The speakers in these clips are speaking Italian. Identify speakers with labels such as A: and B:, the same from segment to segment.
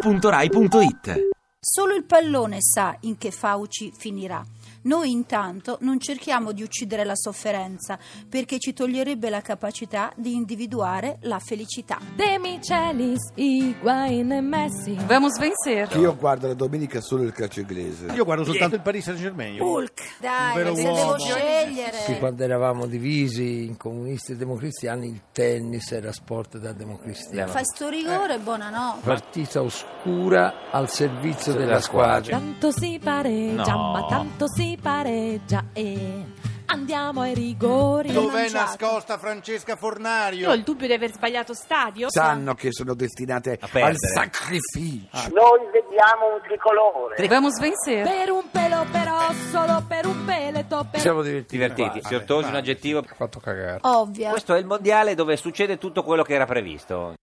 A: radio2pod.rai.it
B: Solo il pallone sa in che fauci finirà. Noi intanto non cerchiamo di uccidere la sofferenza perché ci toglierebbe la capacità di individuare la felicità.
C: De Michelis, Higuain e Messi.
D: Vamos vencer.
E: Io guardo la domenica solo il calcio inglese.
F: Io guardo soltanto il Paris Saint Germain.
B: Hulk,
D: Un
B: dai,
F: vero
B: se
F: uomo.
B: devo scegliere.
G: Sì, quando eravamo divisi in comunisti e democristiani, il tennis era sport da democristiani.
B: Fai sto rigore e buonanotte.
G: Partita oscura al servizio della squadra.
C: Tanto si pareggia,
F: No.
C: ma tanto si pareggia e andiamo ai rigori.
F: Dov'è
B: mangiato.
F: nascosta Francesca
H: Io ho
F: Fornario?
H: il dubbio di aver sbagliato stadio.
E: Sanno che sono destinate
A: perdere.
E: al sacrificio.
I: Noi vediamo un tricolore.
D: Vamos vencer.
C: Per un pelo però, solo per un peleto,
G: Ci
C: per
G: Siamo divertiti.
J: Divertiti,
G: Qua.
J: signor Tosi, un aggettivo.
G: Ha fatto cagare.
B: Ovvia.
J: Questo è il mondiale dove succede tutto quello che era previsto.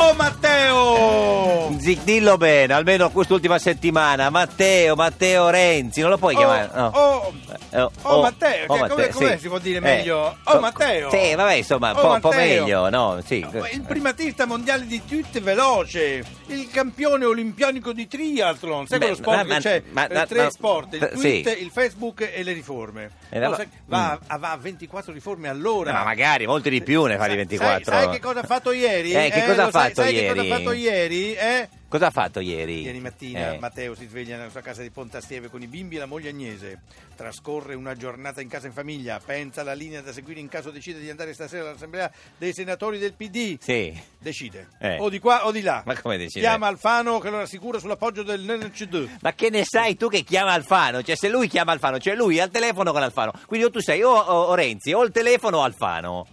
F: Oh Matteo!
J: Zic, dillo bene, almeno quest'ultima settimana. Matteo, Matteo Renzi, non lo puoi chiamare. no.
F: Oh,
J: Eh, oh,
F: oh, Matteo, che-
J: Matteo,
F: come- come
J: sì.
F: si può dire
J: Eh,
F: meglio? Oh,
J: co-
F: Matteo!
J: Sì, vabbè, insomma,
F: Oh,
J: un po', un po'
F: Matteo!
J: meglio, no? Sì.
F: il primatista mondiale di tutte veloce, il campione olimpionico di triathlon, sai
J: Beh,
F: quello sport
J: ma-
F: che
J: ma-
F: c'è?
J: ma-
F: Eh,
J: ma-
F: tre
J: ma-
F: sport, il
J: eh, sì.
F: tweet, il Facebook e le riforme.
J: Eh,
F: No,
J: allora-
F: sai, va, a, va a 24 riforme all'ora.
J: Eh, Ma magari, molti di più ne fa di
F: Sai-
J: 24.
F: Sai, sai che cosa ha fatto ieri?
J: Eh, che cosa ha
F: lo sai-
J: fatto
F: sai che
J: ieri?
F: cosa ha fatto ieri? Eh?
J: Cosa ha fatto ieri?
F: Ieri mattina
J: Eh.
F: Matteo si sveglia nella sua casa di Pontastieve con i bimbi e la moglie Agnese. Trascorre una giornata in casa in famiglia, pensa alla linea da seguire in caso decida di andare stasera all'assemblea dei senatori del PD.
J: Sì.
F: Decide.
J: Eh.
F: O di qua o di là.
J: Ma come decide?
F: Chiama Alfano che lo rassicura sull'appoggio del NCD.
J: Ma che ne sai tu che chiama Alfano? Cioè, se lui chiama Alfano, c'è lui al telefono con Alfano. Quindi o tu sei o, o- o Renzi, o il telefono o Alfano.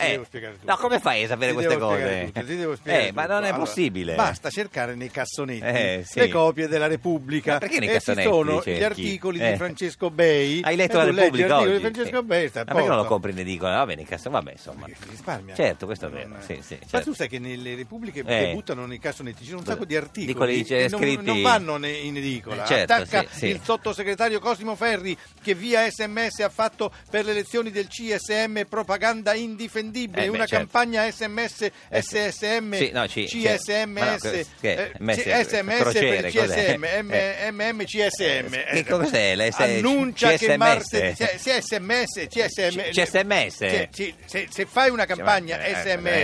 J: Eh,
F: Ti devo spiegare tutto.
J: No, come fai a sapere
F: Ti
J: queste
F: devo spiegare
J: cose?
F: tutto, ti devo spiegare
J: eh, ma
F: tutto.
J: non è
F: Allora,
J: possibile.
F: Basta cercare nei cassonetti
J: Eh, sì.
F: le copie della Repubblica.
J: Ma perché nei
F: E
J: cassonetti
F: Eh, Ci sono
J: li
F: gli
J: cerchi?
F: articoli
J: Eh.
F: di Francesco Bei.
J: Hai letto
F: E
J: la
F: tu leggi
J: Repubblica oggi?
F: l'articolo di Francesco
J: Sì.
F: Bei, sta a
J: Ma perché non lo
F: posto.
J: compri in edicola? Va bene, cazzo, vabbè, insomma.
F: risparmia.
J: Certo, questo è vero.
F: Non-
J: Sì, sì,
F: Ma
J: certo.
F: tu sai che nelle repubbliche
J: Eh.
F: che buttano nei cassonetti ci sono un sacco di articoli
J: Di quelli c'è
F: che non,
J: scritti-
F: non vanno ne- in edicola.
J: Eh, certo,
F: Attacca
J: sì, sì.
F: il sottosegretario Cosimo Ferri che via sms ha fatto per le elezioni del CSM propaganda indifendibile,
J: Eh, beh,
F: una
J: certo.
F: campagna sms,
J: Eh, sì.
F: SSM,
J: Sì, no, ci-
F: CSMS,
J: ma no, che- che-
F: eh,
J: MS,
F: C- SMS per
J: crociere,
F: il CSM,
J: cos'è?
F: M-
J: Eh.
F: MM, CSM.
J: Che cos'è, la S-
F: Annuncia che
J: CSMS?
F: martedì... CSMS,
J: C- CSMS.
F: Sì, sì, se, se fai una campagna
J: Cioè, eh,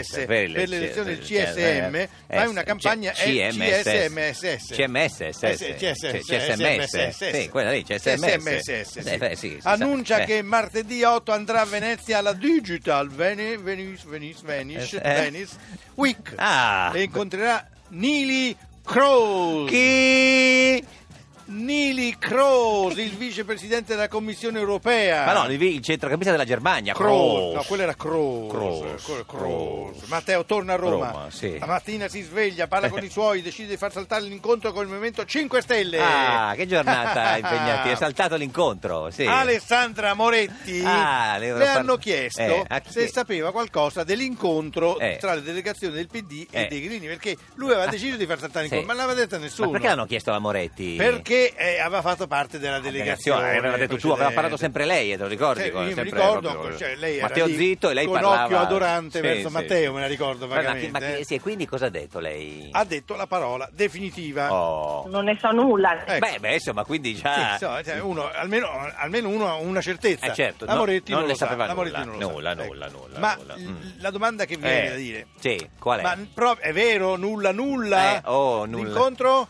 F: SMS per l'elezione del CSM, fai una campagna eh,
J: C-
F: CSMSS. Eh,
J: CMSS.
F: CSMS.
J: CSMS. Sì, quella lì, CSMS.
F: CSMS, sì.
J: Eh, beh, sì, si sa.
F: Annuncia
J: Eh.
F: che martedì 8 andrà a Venezia alla Digital Veni- Venice, Venice, Venice,
J: Eh.
F: Venice Week
J: Ah.
F: e incontrerà Nili Kroos.
J: Chi?
F: Nili Kroos, il vicepresidente della Commissione Europea.
J: Ma no, il il centrocampista della Germania,
F: Cross.
J: Kroos.
F: Ah. No, quello era Cross.
J: Kroos.
F: Quello-
J: Kroos.
F: Kroos. Matteo torna a Roma.
J: Roma, sì.
F: La mattina si sveglia, parla con i suoi, decide di far saltare l'incontro con il Movimento 5 Stelle.
J: Ah, che giornata impegnati, è saltato l'incontro, sì.
F: Alessandra Moretti
J: Ah,
F: le,
J: le- par-
F: hanno chiesto
J: Eh, a chi-
F: se sapeva qualcosa dell'incontro
J: Eh.
F: tra le delegazioni del PD e
J: Eh.
F: dei Grillini perché lui aveva
J: Ah.
F: deciso di far saltare
J: Sì.
F: l'incontro, ma non l'aveva detto a
J: Ma
F: nessuno.
J: perché l'hanno chiesto a Moretti?
F: Perché, eh, aveva fatto parte della delegazione.
J: Delegazione, aveva detto tu, aveva
F: precedente.
J: parlato sempre lei, eh, te lo ricordi?
F: Cioè,
J: Con-
F: io mi
J: sempre
F: ricordo,
J: proprio-
F: cioè, lei era
J: Matteo
F: lì
J: Zitto e lei
F: con
J: parlava...
F: occhio adorante
J: Sì,
F: verso
J: sì.
F: Matteo, me la ricordo
J: Ma- ma-
F: vagamente. eh.
J: ma che- sì, e quindi cosa ha detto lei?
F: ha detto la parola definitiva.
J: Oh.
H: Non ne so nulla.
F: Ecco.
J: Beh, beh, insomma, quindi
F: Sì,
J: già...
F: so, cioè, uno- almeno, almeno uno ha una certezza.
J: Eh, certo,
F: la
J: no-
F: Moretti
J: non
F: non,
J: ne
F: lo sa,
J: sapeva
F: la Moretti
J: nulla,
F: non lo sa.
J: nulla,
F: Ecco.
J: nulla, nulla,
F: Ma
J: nulla.
F: l-
J: Mm.
F: la domanda che mi
J: Eh,
F: viene da dire,
J: Sì, qual è?
F: ma pro- è vero nulla nulla?
J: Eh, oh, nulla.
F: L'incontro?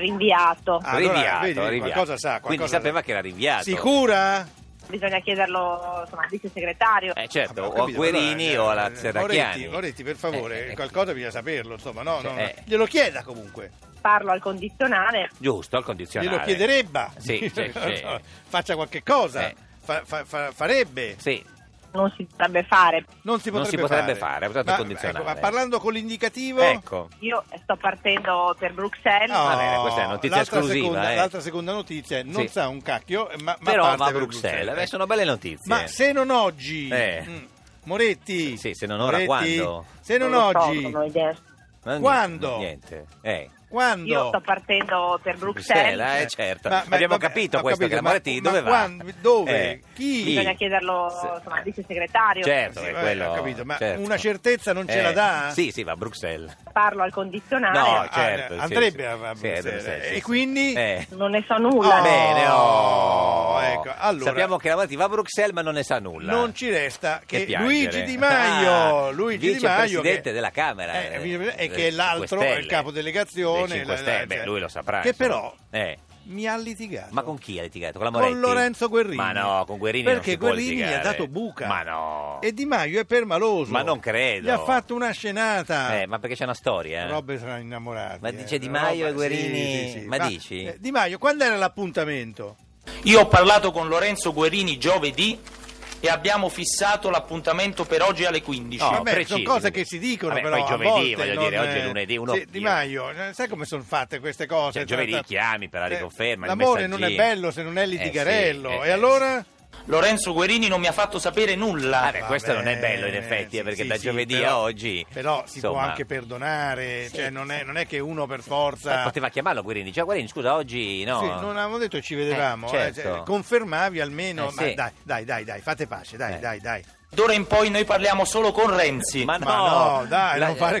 H: Rinviato.
F: Ah, allora,
J: rinviato,
F: vedi,
J: rinviato.
F: qualcosa sa,
J: Quindi
F: qualcosa
J: sapeva
F: sa.
J: che era rinviato.
F: Sicura?
H: Bisogna chiederlo insomma, al vice segretario.
J: Eh, certo,
F: Vabbè, ho
J: o a
F: capito,
J: Guerini
F: allora,
J: o alla
F: eh,
J: Serracchiani.
F: Moretti, Moretti, per
J: Eh,
F: favore,
J: eh,
F: qualcosa bisogna saperlo, insomma, no, no, no.
J: Eh.
F: glielo chieda comunque.
H: Parlo al condizionale.
J: Giusto, al condizionale.
F: Glielo chiederebbe.
J: Sì, sì, sì.
F: Faccia qualche cosa.
J: Eh.
F: Fa- fa- fa- farebbe.
J: Sì,
H: Non si dovrebbe fare.
F: Non si potrebbe,
J: Non si potrebbe fare, ha usato il condizionale.
F: ecco, ma parlando con l'indicativo...
J: ecco. Eh,
H: Io sto partendo per Bruxelles.
F: No,
J: Va bene, questa è notizia
F: l'altra
J: esclusiva,
F: seconda-
J: eh.
F: L'altra seconda notizia è non
J: Sì.
F: sa un cacchio, eh, ma, ma
J: Però
F: parte
J: va a
F: per
J: Bruxelles.
F: Bruxelles. Eh.
J: Beh, sono belle notizie.
F: Ma se non oggi...
J: Eh.
F: mm, Moretti...
J: Sì, se non ora,
F: Moretti,
J: quando?
F: Se non,
H: lo so,
F: oggi...
H: non ho idea.
J: Ma non-
F: Quando?
J: Niente. Eh.
F: Quando?
H: Io sto partendo per Bruxelles.
J: Bruxelles, eh, certo.
F: Ma- ma-
J: Abbiamo
F: vabbè,
J: capito
F: ho
J: questo,
F: capito,
J: che la
F: ma-
J: Moretti
F: ma
J: dove va?
F: quando- dove? Chi?
H: Bisogna chiederlo
J: Se-
H: insomma, al vice segretario.
J: Certo,
F: Sì,
J: è
F: vabbè,
J: quello.
F: ho capito, ma
J: certo. Eh,
F: una certezza non ce la dà?
J: Sì, sì, va a Bruxelles.
H: Parlo al condizionale.
J: No,
F: Ah,
J: certo. sì,
F: andrebbe
J: sì.
F: a- a
J: Sì, a
F: Bruxelles.
J: Bruxelles,
F: E
J: sì, sì.
F: quindi?
J: Eh.
H: Non ne so nulla.
F: Oh,
J: Bene, oh.
F: ecco, allora-
J: Sappiamo che la Moretti va a Bruxelles ma non ne sa nulla.
F: Non ci resta che,
J: piangere.
F: Luigi Di Maio,
J: Ah,
F: Luigi Di Maio
J: vicepresidente
F: che-
J: della Camera
F: Eh,
J: eh,
F: vicepre- e
J: del
F: che è l'altro,
J: 5
F: è il
J: Stelle,
F: capodelegazione,
J: dei 5
F: la- la-
J: Stelle, beh,
F: cioè-
J: lui lo saprà.
F: che
J: insomma.
F: però-
J: Eh,
F: mi ha litigato.
J: ma con chi ha litigato? Con la
F: Con
J: Moretti?
F: Lorenzo Guerrini.
J: Ma no, con Guerrini non
F: Perché
J: si può
F: Guerrini ha
J: litigare.
F: dato buca.
J: Ma no.
F: E Di Maio è permaloso.
J: Ma non credo.
F: Gli ha fatto una scenata.
J: Eh, ma perché c'è una storia? eh?
F: Robbe saranno innamorati.
J: Ma
F: eh.
J: dice Di Maio e
F: sì,
J: Guerini-
F: sì, sì.
J: ma dici?
F: eh, Di Maio, quando era l'appuntamento?
A: Io ho parlato con Lorenzo Guerini giovedì e abbiamo fissato l'appuntamento per oggi alle 15.
J: No,
F: Vabbè,
J: precisi.
F: sono cose che si dicono
J: Vabbè,
F: però
J: poi
F: a
J: giovedì,
F: volte
J: voglio
F: non,
J: dire, oggi è
F: eh,
J: lunedì, uno-
F: sì, Di Maio, eh, sai come sono fatte queste cose?
J: Cioè, giovedì
F: Tra- tra-
J: chiami per la
F: eh,
J: riconferma, il
F: L'amore non è
J: messaggino.
F: bello se non è
J: Eh, sì,
F: litigarello.
J: eh,
F: e
J: eh,
F: allora?
A: Lorenzo Guerini non mi ha fatto sapere nulla.
J: Vabbè, Ah, questo non è bello in effetti, eh,
F: sì,
J: perché
F: sì,
J: da
F: sì,
J: giovedì
F: però-
J: a oggi...
F: Però si può
J: insomma,
F: anche perdonare, cioè non è, non è che uno per
J: ma
F: forza...
J: Eh, Poteva chiamarlo Guerini, cioè Guerini scusa oggi no...
F: Sì, non avevamo detto che ci vedevamo,
J: Eh,
F: eh,
J: certo.
F: cioè, confermavi almeno,
J: Eh,
F: ma
J: sì.
F: dai, dai, dai, dai, fate pace, dai,
J: Eh.
F: dai, dai.
A: D'ora in poi noi parliamo solo con Renzi.
J: Ma Ah, no,
F: Ma no, dai, non fare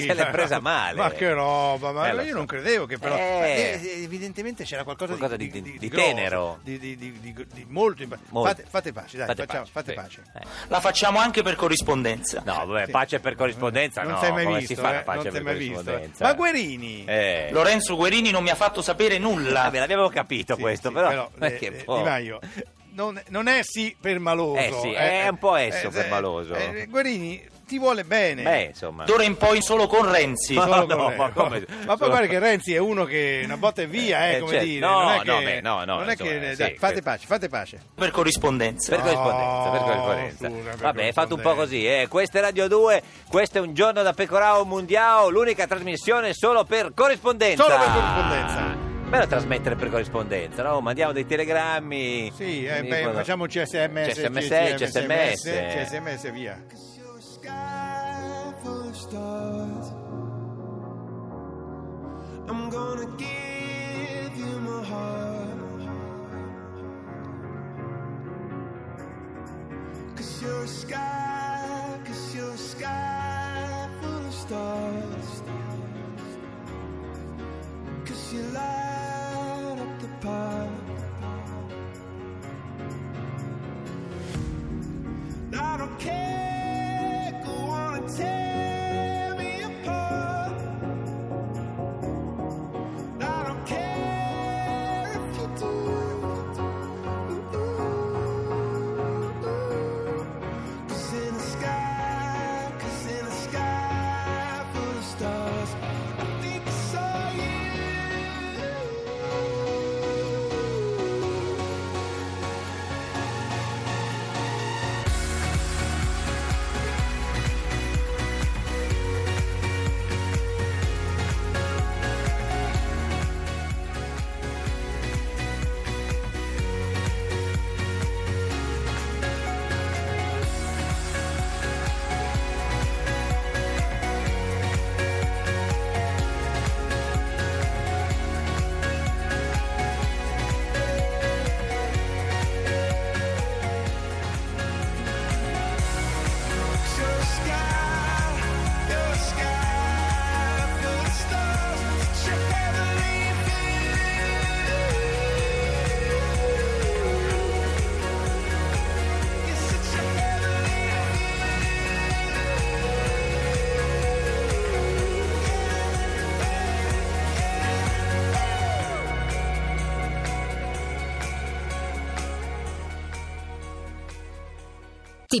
J: Se l'è presa male.
F: Ma che roba, ma
J: Eh, lo
F: io
J: so.
F: non credevo che però...
J: Eh.
F: ma, eh, evidentemente c'era qualcosa,
J: Qualcosa di- di- di
F: grosso,
J: tenero.
F: Di, di- di- di- di molto... imp-
J: Molto.
F: Fate, fate pace, dai, facciamo- fate
J: sì.
F: pace.
J: Eh.
A: La facciamo anche per corrispondenza.
J: No, vabbè,
F: Sì.
J: pace per corrispondenza
F: non
J: no,
F: sei mai
J: come
F: visto,
J: si fa
F: eh,
J: la pace
F: non
J: per
F: sei mai visto. eh.
J: corrispondenza?
F: Ma Guerini...
J: Eh.
A: Lorenzo Guerini non mi ha fatto sapere
J: Ah,
A: nulla.
J: beh, l'abbiamo capito
F: Sì,
J: questo,
F: sì,
J: però... ma
F: eh,
J: che
F: eh,
J: po-
F: Di Maio, non, non è sì permaloso.
J: Eh sì, è un po' esso permaloso.
F: eh, Guerini ti vuole bene.
J: Beh, insomma...
A: D'ora in poi solo con Renzi.
J: Ma- no,
F: Solo con Renzi.
J: ma come-
F: ecco. Ma poi
J: solo-
F: guarda che Renzi è uno che una botta e via, eh,
J: Eh,
F: come
J: certo.
F: dire.
J: No,
F: non è che,
J: no, beh, no, no,
F: non è che-
J: insomma, eh,
F: dai,
J: sì,
F: fate
J: que-
F: pace, fate pace.
A: Per corrispondenza.
J: Per corrispondenza, per
F: No,
J: corrispondenza.
F: Oh, scusa, per
J: Vabbè, è fatto un po'
F: corrispondenza.
J: così. Eh. Questa è Radio 2, questo è un giorno da Pecorao Mundiao, l'unica trasmissione solo per corrispondenza.
F: Solo per corrispondenza.
J: Bello trasmettere per corrispondenza, no? Mandiamo dei telegrammi.
F: Sì, eh,
J: Mi
F: beh,
J: dicono-
F: facciamo CSMS,
J: CSMS,
F: CSMS,
J: CSMS.
F: CSMS, via.
K: I'm gonna give you my heart. Cause you're a sky, cause you're a sky full of stars. Cause you light up the park. I don't care who wanna tear me apart. I don't care if you do. Cause in the sky, cause in the sky full of stars, I think I saw you. Your sky, your sky full of stars should never leave me. Yes, it should never leave
C: Ti